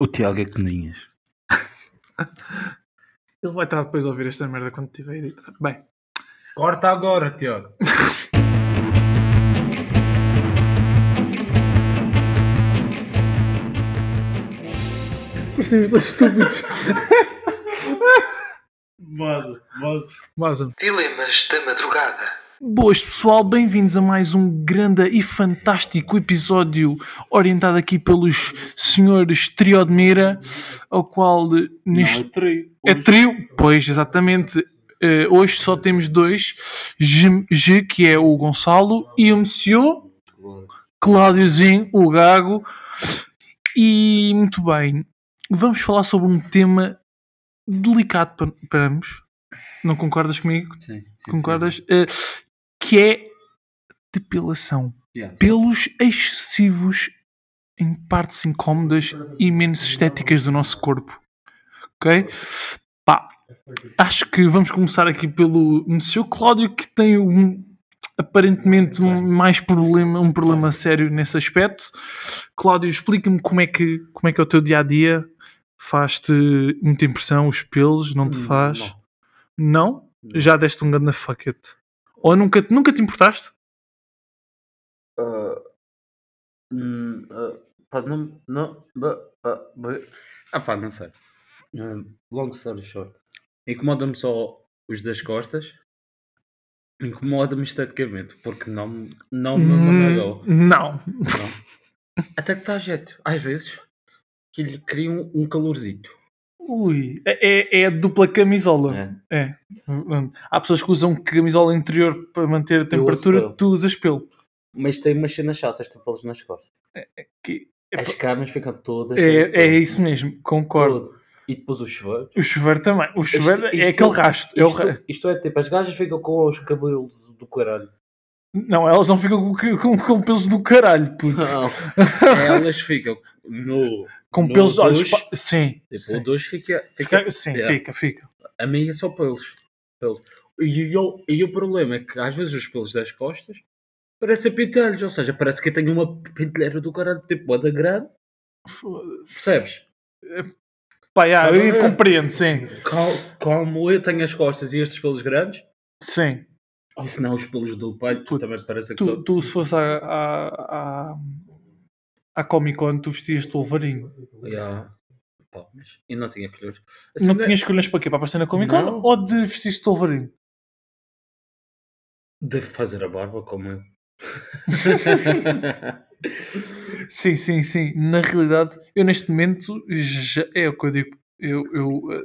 O Tiago é que ninhas. Ele vai estar depois a ouvir esta merda quando tiver editado. Bem, Corta agora, Tiago. parecemos dois estúpidos. Vaza, vaza. Vaza. Dilemas da madrugada. um. Boas pessoal, bem-vindos a mais um grande e fantástico episódio orientado aqui pelos senhores Trio de Mira, ao qual eh, neste... é trio. É trio? Pois, exatamente. Eh, hoje só temos dois, G, G, que é o Gonçalo, e o Monsieur, Cláudiozinho, o Gago. E, muito bem, vamos falar sobre um tema delicado para, para ambos. Não concordas comigo? Sim, sim, Concordas? Eh, que é depilação. sim. Yeah. Pelos excessivos em partes incómodas e menos estéticas do nosso corpo. Ok? Pá, acho que vamos começar aqui pelo Monsieur Cláudio, que tem um, aparentemente um, mais problema, um problema sério nesse aspecto. Cláudio, explica-me como é que como é que é o teu dia a dia? Faz-te muita impressão os pelos? Não te Hum, faz? não. Não? Não. Já deste um grande fuck it. Ou nunca, nunca te importaste? Ah, hum, ah, pá, não, não, ba- ba- ba- ah pá, não sei. Hum, long story short. Incomoda-me só os das costas. Incomoda-me esteticamente, porque não, não é me Hum, managou. não. Até que dá jeito, às vezes, que lhe cria um, um calorzito. Ui, é, é- é a dupla camisola. Hum, É. Há pessoas que usam camisola interior para manter a temperatura, pelo. tu usas pelo. Mas tem umas cenas chatas de pelos nas costas. Que- As camas ficam todas. cheias de É, é pelo. isso mesmo, concordo. Todo. E depois os chuveiros. O chuveiro também. O chuveiro Isto- é isto- aquele rasto. É o ra- Isto, isto é tipo, as gajas ficam com os cabelos do caralho. Não, elas não ficam com, com, com pelos do caralho, puto. Elas ficam no. Com No pelos olhos. duche. pa- Sim. Tipo, sim. o dois fica. fica- Fica, sim, Yeah. fica, fica. A minha é só pelos. pelos. E, eu- e o problema é que às vezes os pelos das costas parecem pintelhos, ou seja, parece que eu tenho uma pintelheira do caralho, tipo, bué da grande, percebes? Pá, yeah, Estás a eu ver? compreendo, sim. Cal- Como eu tenho as costas e estes pelos grandes, Sim. ou se não os pelos do peito, Tu- também parece que Tu, são. tu se fosse à, à, à, à Comic Con, tu vestias-te Wolverine. Yeah. Pá, mas eu não tinha colheres. não é- tinhas escolhas para quê? Para aparecer na Comic Con Não. ou de vestir-te de Wolverine? Deve fazer a barba como eu. Sim, sim, sim. Na realidade, eu neste momento já é o que eu digo. Eu, eu eh,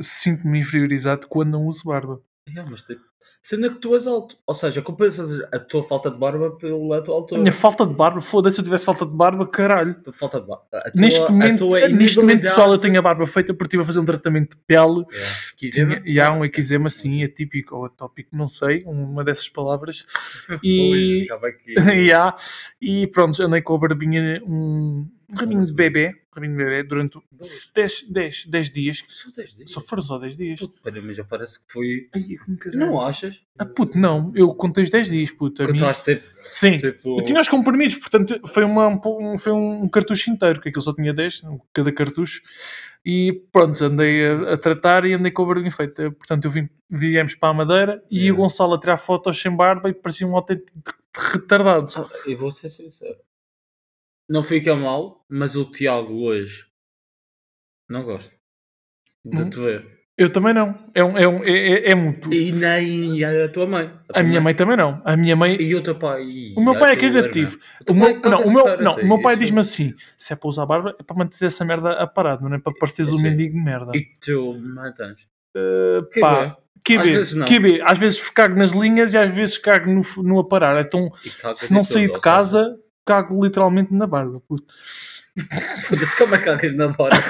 sinto-me inferiorizado quando não uso barba. É, mas tipo, sendo que tu és alto. Ou seja, compensas a tua falta de barba pela tua A altura. minha falta de barba, foda-se, se eu tivesse falta de barba, caralho. A tua falta de barba. A tua- Neste a momento, tua neste momento inabilidade- pessoal, eu tenho a barba feita porque estive a fazer um tratamento de pele É, que Tinha- eczema? e há um eczema assim, atípico ou atópico, não sei, uma dessas palavras. Pois, E, já vai que- e, há- e pronto, andei com a barbinha, um rabinho de bebê, um rabinho de bebê durante 10, 10, 10 dias. Só 10 dias. Só foram só 10 dias. Puto, pera, mas já parece que foi. Ai, como caralho. Não achas? Ah, puto, não, eu contei os 10 dias, puto. a Que mim- tu achas tipo. Sim. tipo Eu tinha os compromissos, portanto foi, uma, um, foi um cartucho inteiro, que aquilo só tinha 10, cada cartucho, e pronto, andei a, a tratar e andei com a barba feita. Portanto, eu vim, viemos para a Madeira e Yeah. o Gonçalo a tirar fotos sem barba e parecia um autêntico retardado. Ah, Eu vou ser sincero. Não fica mal, mas o Tiago hoje não gosta de Hum. te ver. Eu também não, é, um, é, um, é, é- é mútuo. E nem a tua mãe. A minha mãe também não, a minha mãe... E o teu pai. E O meu a pai é tua cagativo. irmã. O teu pai meu, não, o caga-se meu, para não, ti, o meu pai isso. diz-me assim: se é para usar barba, é para manter essa merda aparada, não é para pareceres um Sim. mendigo de merda. E tu matas. Que pá, QB, Às vezes não. QB. Às vezes cago nas linhas e às vezes cago no, no aparar. Então, se não um sair de casa, cago literalmente na barba. puto. Foda-se, como é que cagas na barba?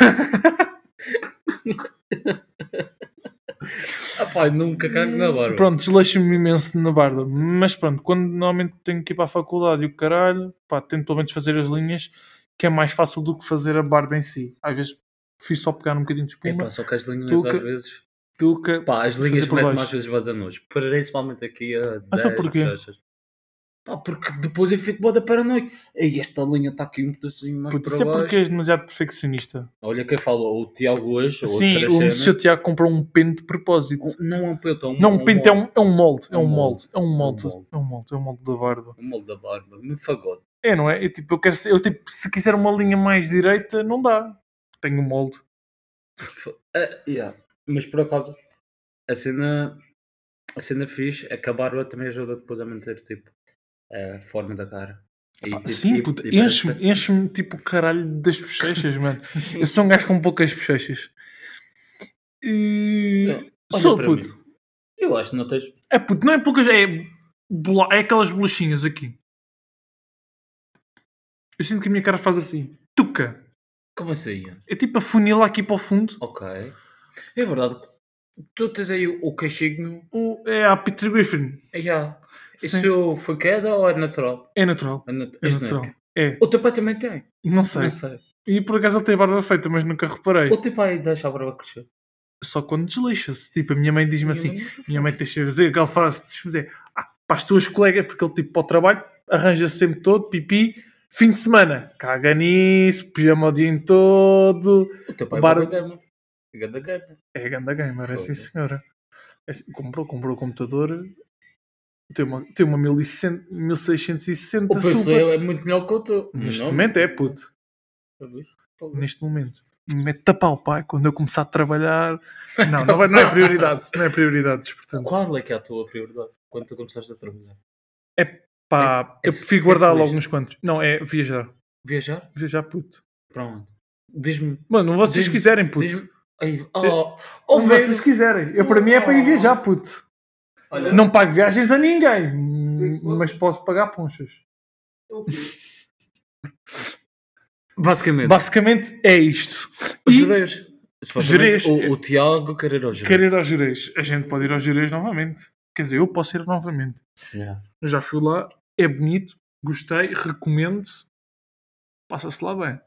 ah, pá, nunca cago na barba. Pronto, desleixo-me imenso na barba. Mas pronto, quando normalmente tenho que ir para a faculdade e o caralho, pá, tento pelo menos fazer as linhas, que é mais fácil do que fazer a barba em si. Às vezes prefiro só pegar um bocadinho de É espuma pá, só que as linhas Tu que- às vezes. do que. Pá, as linhas é por metem baixo. mais vezes vai dar nojo. Principalmente aqui a 10 Então porquê? bochechas. Pá, porque depois eu fico boa da paranoia. Ei, esta linha está aqui um pedacinho mais Puto, para isso é baixo. porque és demasiado perfeccionista. Olha quem falou, o Tiago hoje, ou Sim, outras o cenas. seu Tiago comprou um pente de propósito. Um- Não é um pente, é um Não, um pente é um, é um molde. É É um um molde. É um molde. molde. É um molde. É um molde da barba. um molde da barba, me fagote. É, não é? Eu, tipo, eu quero ser- eu, tipo, se quiser uma linha mais direita, não dá. Tenho um molde. Ah, yeah. Mas por acaso, a cena, a cena fixe é que a barba também ajuda depois a manter tipo, a forma da cara. E, Pá, tipo, Sim, e- puta, e parece- enche-me, enche-me tipo o caralho das bochechas, mano. Eu sou um gajo com poucas bochechas. E... Então, Olha Sou para puto. mim. Eu acho que não tens. É puto, não é poucas, é, bola- é aquelas bolachinhas aqui. Eu sinto que a minha cara faz assim. Tuca. Como assim? É tipo a funila aqui para o fundo. Ok. É verdade. que Tu tens aí o o queixinho. O- É a Peter Griffin. Yeah. Sim. Isso foi queda ou é natural? É natural. É, nat- É isto não é natural. queda. É. O teu pai também tem. Não sei. Não sei. E por acaso ele tem a barba feita, mas nunca reparei. O teu pai deixa a barba crescer. Só quando desleixa-se. Tipo, a minha mãe diz-me assim. Minha Minha mãe deixa dizer aquela frase de dizer ah, para as tuas colegas, porque ele tipo para o trabalho arranja sempre todo, pipi, fim de semana, caga nisso, pijama o dia todo. O teu pai Barba- é gamer. Ganda gamer. É ganda gamer, é sim Foda-se. senhora. É assim, comprou, comprou o computador, tem uma, tem uma 1100 1660 O PC Super. é muito melhor que o teu. Neste Não. Tá momento é puto, neste momento. Mete-te a pau, pai, quando eu começar a trabalhar. Não, não, vai- não é prioridade, não é prioridade, portanto. Qual é que é a tua prioridade quando tu começaste a trabalhar? Pá, É- é eu prefiro ser guardar feliz. logo uns quantos. Não, é viajar. Viajar? Viajar, puto. Para onde? Diz-me. Mano, vocês Diz-me- quiserem, puto. Diz-me. Aí, oh, Eu- oh, Como velho. vocês quiserem. Eu, para mim é para ir viajar, puto. Olha, Não pago viagens a ninguém, mas posso pagar ponchas. Basicamente. Basicamente é isto. Os E Gerês. Gerês. Supostamente, O, o Tiago quer ir ao Gerês. quer ir aos Jerez. A gente pode ir aos Jerez novamente. Quer dizer, eu posso ir novamente. Yeah. Eu já fui lá, é bonito, gostei, recomendo. Passa-se lá bem.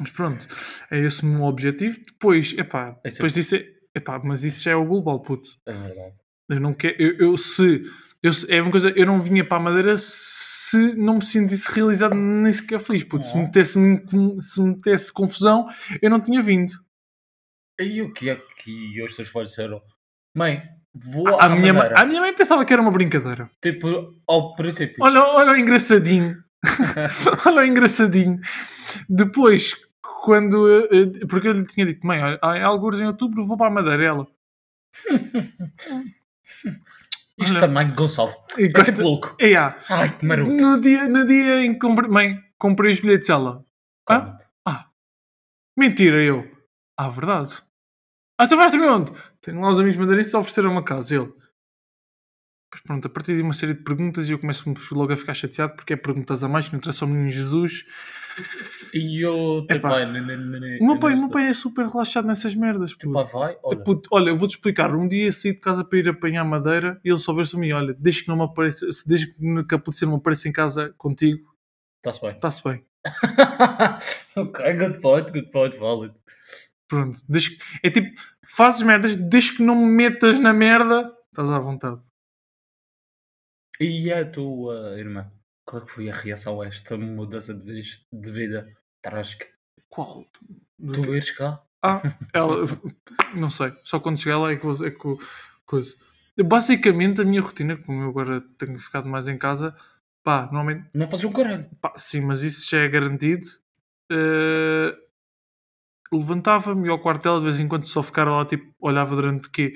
Mas pronto, é esse o meu objetivo. Depois, epá, Esse é depois disso é, epá, mas isso já é o global, puto. É verdade. Eu não quero. Eu, eu se. Eu, se- é uma coisa. Eu não vinha para a Madeira se não me sentisse realizado nem sequer feliz. Puto, se, Não. é? metesse, se metesse confusão, eu não tinha vindo. E o que é que os teus pais disseram? Mãe, vou A, à minha, ma- Madeira. a minha mãe pensava que era uma brincadeira. Tipo, ao princípio. Olha, olha o engraçadinho. olha o engraçadinho. Depois, quando. eu- eu- porque eu lhe tinha dito, mãe, olha, há alguns em outubro vou para a Madeira. Ela. Isto olha. também, Gonçalo. E És gosta- louco. É, ah, Ai, que maroto. no dia, no dia em que comprei. Mãe, comprei os bilhetes. Ela. Ah? Mentira, eu. Ah, verdade. Ah, tu vais dormir onde? Tenho lá os amigos madeirenses a ofereceram uma casa. Ele. Pois pronto, a partir de uma série de perguntas, eu começo logo a ficar chateado porque é perguntas a mais que não interessa ao menino Jesus. E o teu Epá. pai? né, né, né, né, O meu pai, o né, meu pai é super relaxado nessas merdas. O teu Puto. É pai tipo, vai? Olha, Puto, olha, eu vou-te explicar. Um dia saí de casa para ir apanhar madeira e ele só veio-se a mim: olha, deixa que não me apareça, se deixa que a polícia não me apareça em casa contigo, está-se bem. está-se bem. ok, good point, good point, válido. Pronto, deixa que- é tipo, fazes merdas, desde que não me metas na merda, estás à vontade. E a tua irmã? Qual é que foi a reação a esta mudança de, vis- de vida trágica? Qual? Tu vires cá? Ah, ela. Não sei. Só quando chegar lá é que vou. É que, vou- coisa. Basicamente, a minha rotina, como eu agora tenho ficado mais em casa, pá, normalmente. Não fazes um caralho. Pá, sim, mas isso já é garantido. Eh, Levantava-me ao quartel, de vez em quando só ficava lá, tipo, olhava durante quê?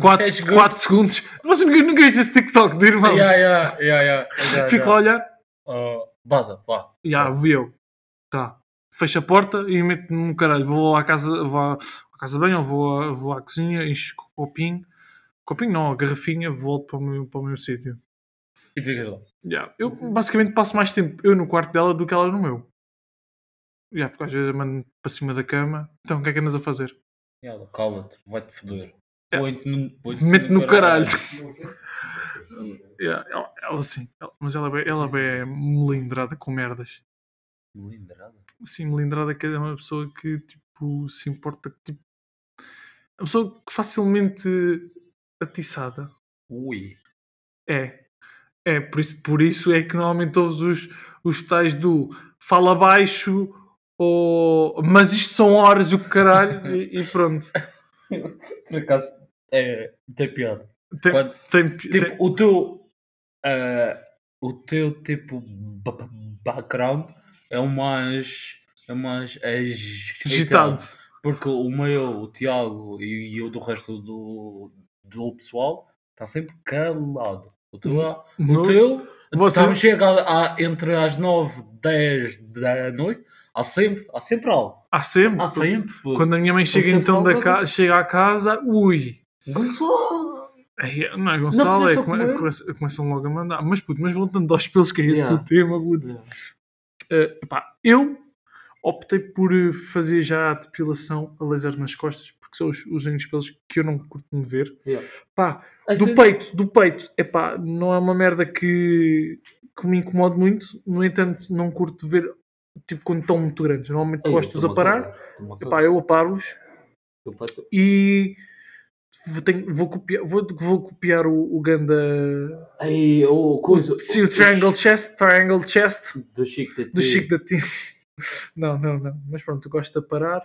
4 És good. segundos. Mas eu nunca vi esse TikTok de irmãos. Ya, ya, ya, ya, ya, Fico ya. lá a olhar, Ah, Baza, vá. já, vi eu. Tá. Fecho a porta e meto-me no caralho. Vou à casa, vou à, à casa de banho, ou vou à, vou à cozinha, encho o copinho. Copinho não, a garrafinha, volto para o meu, para o meu sítio. E ficas lá. Já. Eu basicamente passo mais tempo eu no quarto dela do que ela no meu. Já, porque às vezes eu mando para cima da cama. Então o que é que andas a fazer? E ela, Cala-te, vai-te foder. Ya. Põe-te no, põe-te É. Mete no caralho. Já, ela, ela sim, ela- mas ela, é bem- ela é bem melindrada com merdas. Melindrada. Sim, melindrada que é uma pessoa que tipo se importa tipo uma pessoa que facilmente atiçada Ui. é É, por isso, por isso é que normalmente todos os, os tais do fala baixo ou mas isto são horas e o caralho e, e pronto. Por acaso, é, tem piada. Tem, Quando- tem- Tipo, tem- o teu. ah, o teu tipo. ba- ba- background é o mais. É o mais. digitado. agitado. Porque o meu, o Tiago e, e o do resto do, do pessoal está sempre calado. O teu, é- No- o teu Hum. Você- então chega a- a- entre as 9 10 da noite. Há sempre, há sempre algo. Há sempre. Há sempre. Quando a minha mãe chega sempre então da alguma ca... coisa. chega à casa, ui. Gonçalo! Aí, Não é Gonçalo, é, precisas come- de comer. começa- começam logo a mandar. Mas puto, mas voltando aos pelos que é esse Yeah. o tema, puto. Eh, pá, eu optei por eh, fazer já a depilação a laser nas costas, porque são os, os únicos pelos que eu não curto me ver. Yeah. Pá, A do cena- peito, do peito, é pá, não é uma merda que, que me incomode muito, no entanto, não curto de ver, tipo, quando estão muito grandes. Normalmente Ei, gosto-os a toma parar, tudo, toma é tudo. pá, eu aparo-os Tu pode- e vou, tenho- vou copiar, vou, vou copiar o, o ganda. Ei, o coisa. Sim, o Triangle Chest, Triangle Chest. Do Chico da do Tia. Chico da Tina. Não, não, não. Mas pronto, eu gosto de parar.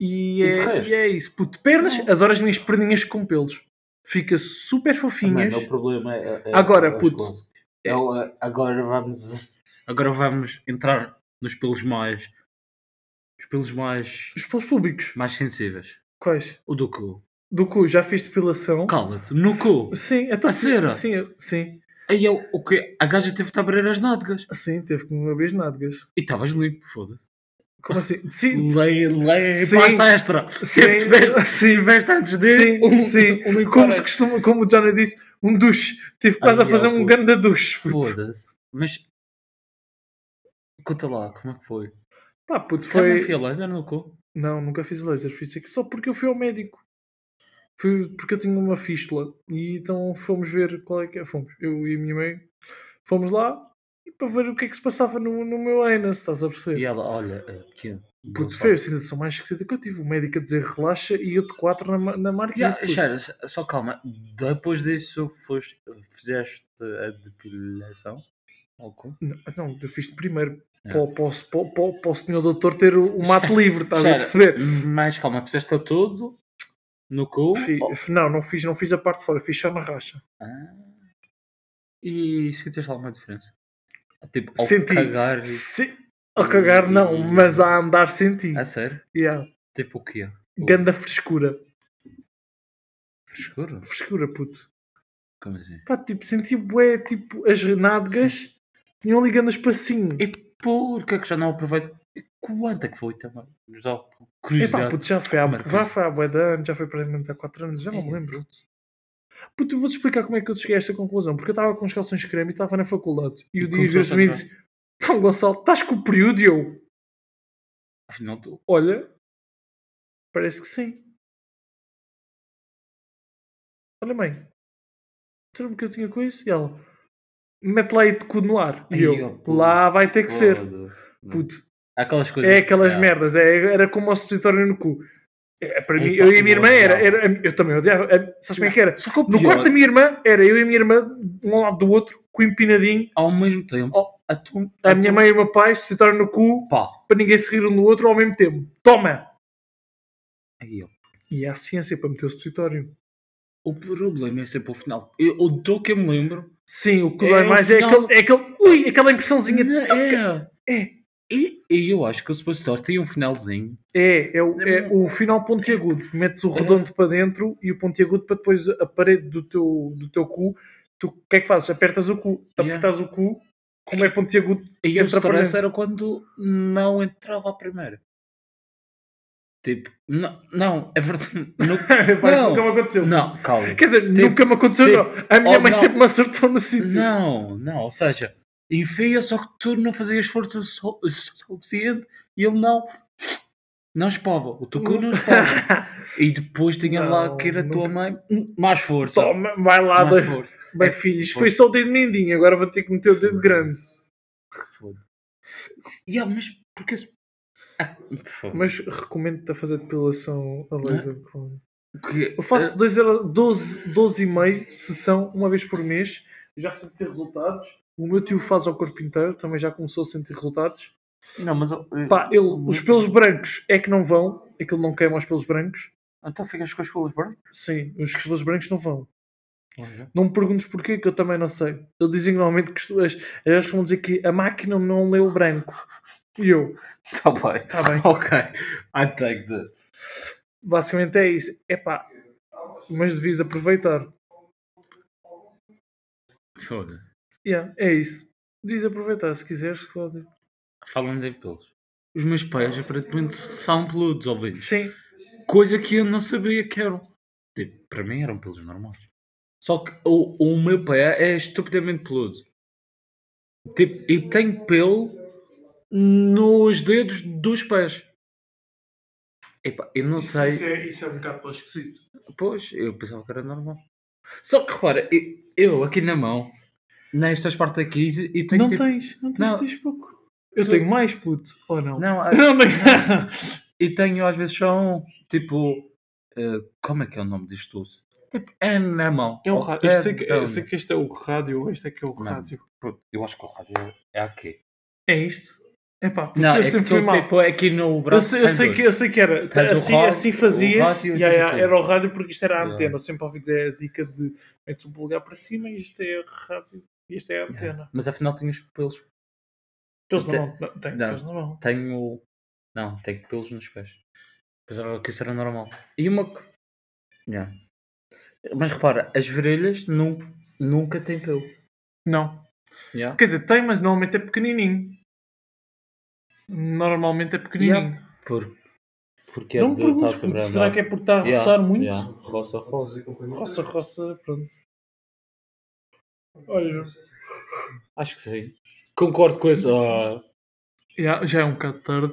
E E de é, resto? e é isso. Puto, pernas, adoro as minhas perninhas com pelos. Fica super fofinhas. Mano, o problema é. é- Agora, é os puto, clássicos. é- É o- é- agora vamos. Agora vamos entrar nos pelos mais. Os pelos mais. Os pelos públicos. mais sensíveis. Quais? O do cu. Do cu, já fiz depilação. Cala-te, no cu. Sim, então. A cera? Sim, eu- sim. Aí é o o quê? A gaja teve-te abrir as nádegas. Sim, teve que me abrir as nádegas. E estavas limpo, foda-se. Como assim? Sim. Lei, lei, Sim. pasta extra. Sempre tiveste, sim, tiveste antes de. Sim, um- sim. um limpo como, para- se costuma, como o Johnny disse, um duche. Tive quase Ai, a fazer é, um puto. ganda duche. puto. Foda-se. Mas. Conta lá, como é que foi? Pá, puto, Foi. foi. Também laser é no cu. Não, nunca fiz laser. Fiz aqui só porque eu fui ao médico. Foi porque eu tinha uma fístula. E então fomos ver qual é que é. Fomos, eu e a minha mãe. Fomos lá e para ver o que é que se passava no, no meu anus, estás a perceber? E ela, olha, é pequeno. Puto, foi a sensação mais esquisita que eu tive. O médico a dizer relaxa e eu de 4 na, ma- na marquise. Yeah, puto. Xara, só- só calma. Depois disso, foste, fizeste a depilação? Ou como? Não, não, eu fiz primeiro É. para, o- para, o- para, o- para o- para o senhor doutor ter o, o mato livre, estás Xara, a perceber? Mais calma, fizeste a tudo no cu? Fi- Oh, Não, não fiz, não fiz a parte de fora, fiz só na racha. ah. E sentiste alguma diferença? Tipo, ao Senti. cagar. Sim, a cagar não, mas a andar senti. A sério? Yeah. Tipo o quê? O Ganda frescura. Frescura? Frescura, puto. Como assim? Pá, tipo, senti bué, tipo, as nádegas tinham ali ganda espacinho. E porquê que já não aproveito? E Quanto é que foi também? José, Epá, curiosidade. puto, já foi há, Marcos. já foi há bué de anos, já foi praticamente há 4 anos, já não me É, lembro. Puto, eu vou-te explicar como é que eu cheguei a esta conclusão, porque eu estava com os calções de creme e estava na faculdade. E E o Dias começou a veio-se e disse, então Gonçalo, estás com o período? E eu, Afinal, tu. olha, parece que sim. Olha mãe, lembra que eu tinha com isso? E ela, mete lá aí de cu no ar. E Ai, eu, ó, puto, lá vai ter que ser. foda-se. Puto, Aquelas coisas. é aquelas Ah, merdas, é, era como o supositório no cu. É, para mim, Epá, eu e a minha eu irmã era, odiava. era- eu também odiava, é, sabes como é que era? Só que o No pior, quarto da minha irmã era eu e a minha irmã, de um lado do outro, com o empinadinho, ao mesmo tempo, Oh, a, tu, a minha mãe e o meu pai supositório no cu, Pá. para ninguém se rir um do outro ao mesmo tempo. Toma! Aí, ó. E há ciência para meter o supositório. O problema é sempre o final. Eu, o do que eu me lembro. Sim, o que É, dói o mais é final- aquele, é aquele, ui, aquela impressãozinha. É. É, E, e eu acho que o Superstore tem um finalzinho. é, é, o- é o final pontiagudo. Metes É. o redondo para dentro e o pontiagudo para depois a parede do teu, do teu cu. Tu, o que é que fazes? Apertas o cu, Yeah. apertas o cu, como é pontiagudo. E o Entra para stress dentro. era quando não entrava a primeira. Tipo, não, não é verdade. No- Parece que Não. nunca me aconteceu. não, calma. Quer dizer, Tipo, nunca me aconteceu, tipo, não. A minha oh, mãe não. sempre me acertou no sítio. Não, não, ou seja, enfia, só que tu não fazias força su- suficiente e ele não. Não espava, o teu cu não espava. E depois tinha Não, lá que era a tua mãe, Hum, mais força. Toma, vai lá, mais dois. força. Bem, É, filhos, foi. foi só o dedo mindinho, agora vou ter que meter o dedo grande. Foda. Yeah, mas porque se. Ah, foda. Mas recomendo-te a fazer depilação a laser. claro. Que- Eu faço 12,5 12, 12 e meio sessão uma vez por mês já senti resultados. O meu tio faz ao corpo inteiro, também já começou a sentir resultados. Não, mas. eu- Pá, ele, os pelos brancos é que não vão, aquilo não queima os pelos brancos. Então ficas com as pelos brancas? Sim, os pelos brancos não vão. Não me perguntes porquê, que eu também não sei. Eles dizem que normalmente que as, as pessoas vão dizer que a máquina não lê o branco. E eu, Tá bem. tá bem. Ok. I take that. Basicamente é isso. Epá, mas devias aproveitar. Foda. Yeah, é isso. Devias aproveitar se quiseres, Cláudio. Falando em pelos. Os meus pés aparentemente são peludos, ouvidos. Sim. Coisa que eu não sabia que eram. Tipo, para mim eram pelos normais. Só que o, o meu pé é estupidamente peludo. Tipo, e tem pelo nos dedos dos pés. Epá, eu não sei. é, isso é um bocado esquisito. Pois, eu pensava que era normal. Só que repara, eu, eu aqui na mão, nestas partes aqui, e tenho Não tipo- tens, não tens, Não. tens pouco. Eu Tu- tenho mais, puto, ou não? Não, a- Não tenho. e tenho às vezes só um, tipo, eh, como é que é o nome disto? tudo? Tipo, é na mão. É um Ao rádio. pé então. Eu sei, que, da eu sei unha. que este é o rádio, este é que é o Não. rádio. Puto, Eu acho que o rádio é aqui. É isto? Epá, puto, Não, é Então, eu que sempre fui aquele mal. tipo, é aqui no Eu braço. sei, eu tem sei dois. que, eu sei que era. Tens o assim, rádio- assim fazias. o rádio e Ya, tens ya, o tubo. era o rádio porque isto era a Ya. antena. Eu sempre ouvi dizer a dica de metes o polegar para cima e isto é a rádio e isto é a antena. Mas afinal tenho os pelos. Pelos na Te- mão. Não, tem, Não. pelos na mão. Tenho. Não, tenho pelos nos pés. Pensava que isso era normal. E uma. co- Yeah. Mas repara, as virilhas nunca, nunca têm pelo. Não. Yeah. Quer dizer, tem, mas normalmente é pequenininho. Normalmente é pequenininho. Por... Porque é não me perguntes, puto, será que é porque está a roçar muito? Roça, roça. Roça, roça, pronto. Olha. Acho que sim. Concordo com isso. Ah, Ya, já é um bocado tarde.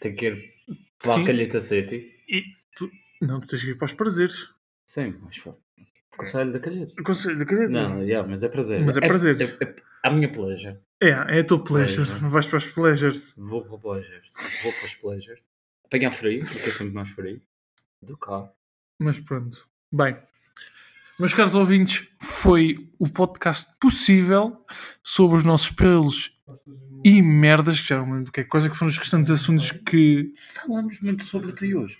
tem que ir para Sim. a Calheta City. Não, tu tens que ir para os prazeres. Sim, mas foi. Conselho da Calheta. Conselho de querido. Não, yeah, mas é prazer. Mas é prazer. É, é- a minha pleasure. É, é a tua pleasure. Pleasure. Vais para os pleasures. Vou para pleasures. Vou para os pleasures. Apanhar frio, porque é sempre mais frio. Do cá. Mas pronto. Bem. Meus caros ouvintes, foi o podcast possível sobre os nossos pelos e merdas, que já não me lembro o que é. Quais é que foram os restantes assuntos que... Falamos muito sobre ti hoje.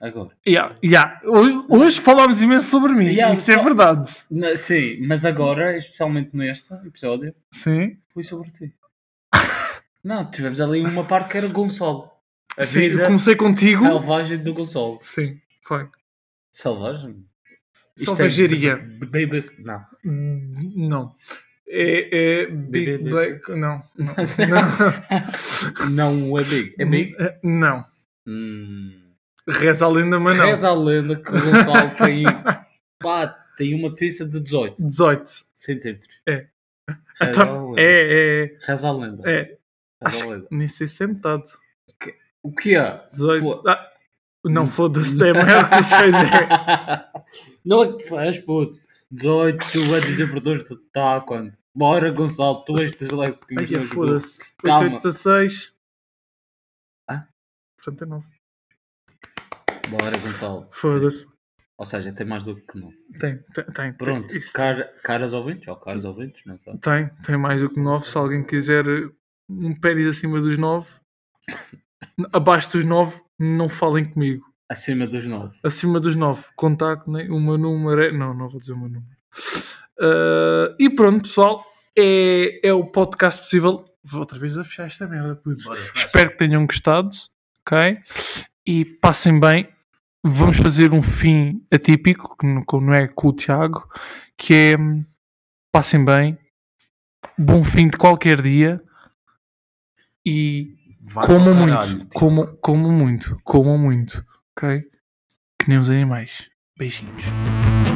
Agora. Ya, ya. Hoje, hoje falámos imenso sobre mim. Ya, Isso é só- verdade. Na- sim, mas agora, especialmente neste episódio, Sim. Foi sobre ti. não, tivemos ali uma parte que era Gonçalo. A Sim, eu vida comecei contigo. selvagem do Gonçalo. Sim, foi. Selvagem? Isto é Selvageria. b- babies- Não. Hum, Não. É, é Big BBC. Black. Não. Não. Não é big. É big? Eh, não. Hum. Reza a lenda, mas não. Reza a lenda que o Gonçalo tem... Pá, tem uma pista de 18 18. centímetros. É. Reza a Então, lenda. é, é, Reza a lenda. é. Reza a lenda. Nem sei se é metade. O que é? 18. Fo- Ah, não foda-se, é maior que 6 é. Não é que sais, puto. 18, tu és desabordores de tá quando. Bora, Gonçalo, tu és desléxico. mas Ai, não és é, foda-se. 8, Calma. 8, 16. Ah? Portanto é 9. burro. Bora, Gonçalo. Foda-se. Ou seja, tem mais do que não. Tem, tem, tem. Pronto, Tem, isso car- caras ouvintes, ou caras ouvintes, não sei. tem, tem mais do que 9. Se alguém quiser eh, um pênis acima dos 9, abaixo dos 9, não falem comigo. Acima dos 9. acima dos 9, contacto, né? o meu número é... Não, não vou dizer o meu número. Ah, e pronto, pessoal, é, é o podcast possível. Vou outra vez a fechar esta merda, putz. Espero que tenham gostado, ok? E passem bem. Vamos fazer um fim atípico, que não, que não é com o Tiago, que é hum, passem bem, bom fim de qualquer dia e comam muito, tipo. comam, comam muito, comam muito, ok? Que nem os animais. Beijinhos.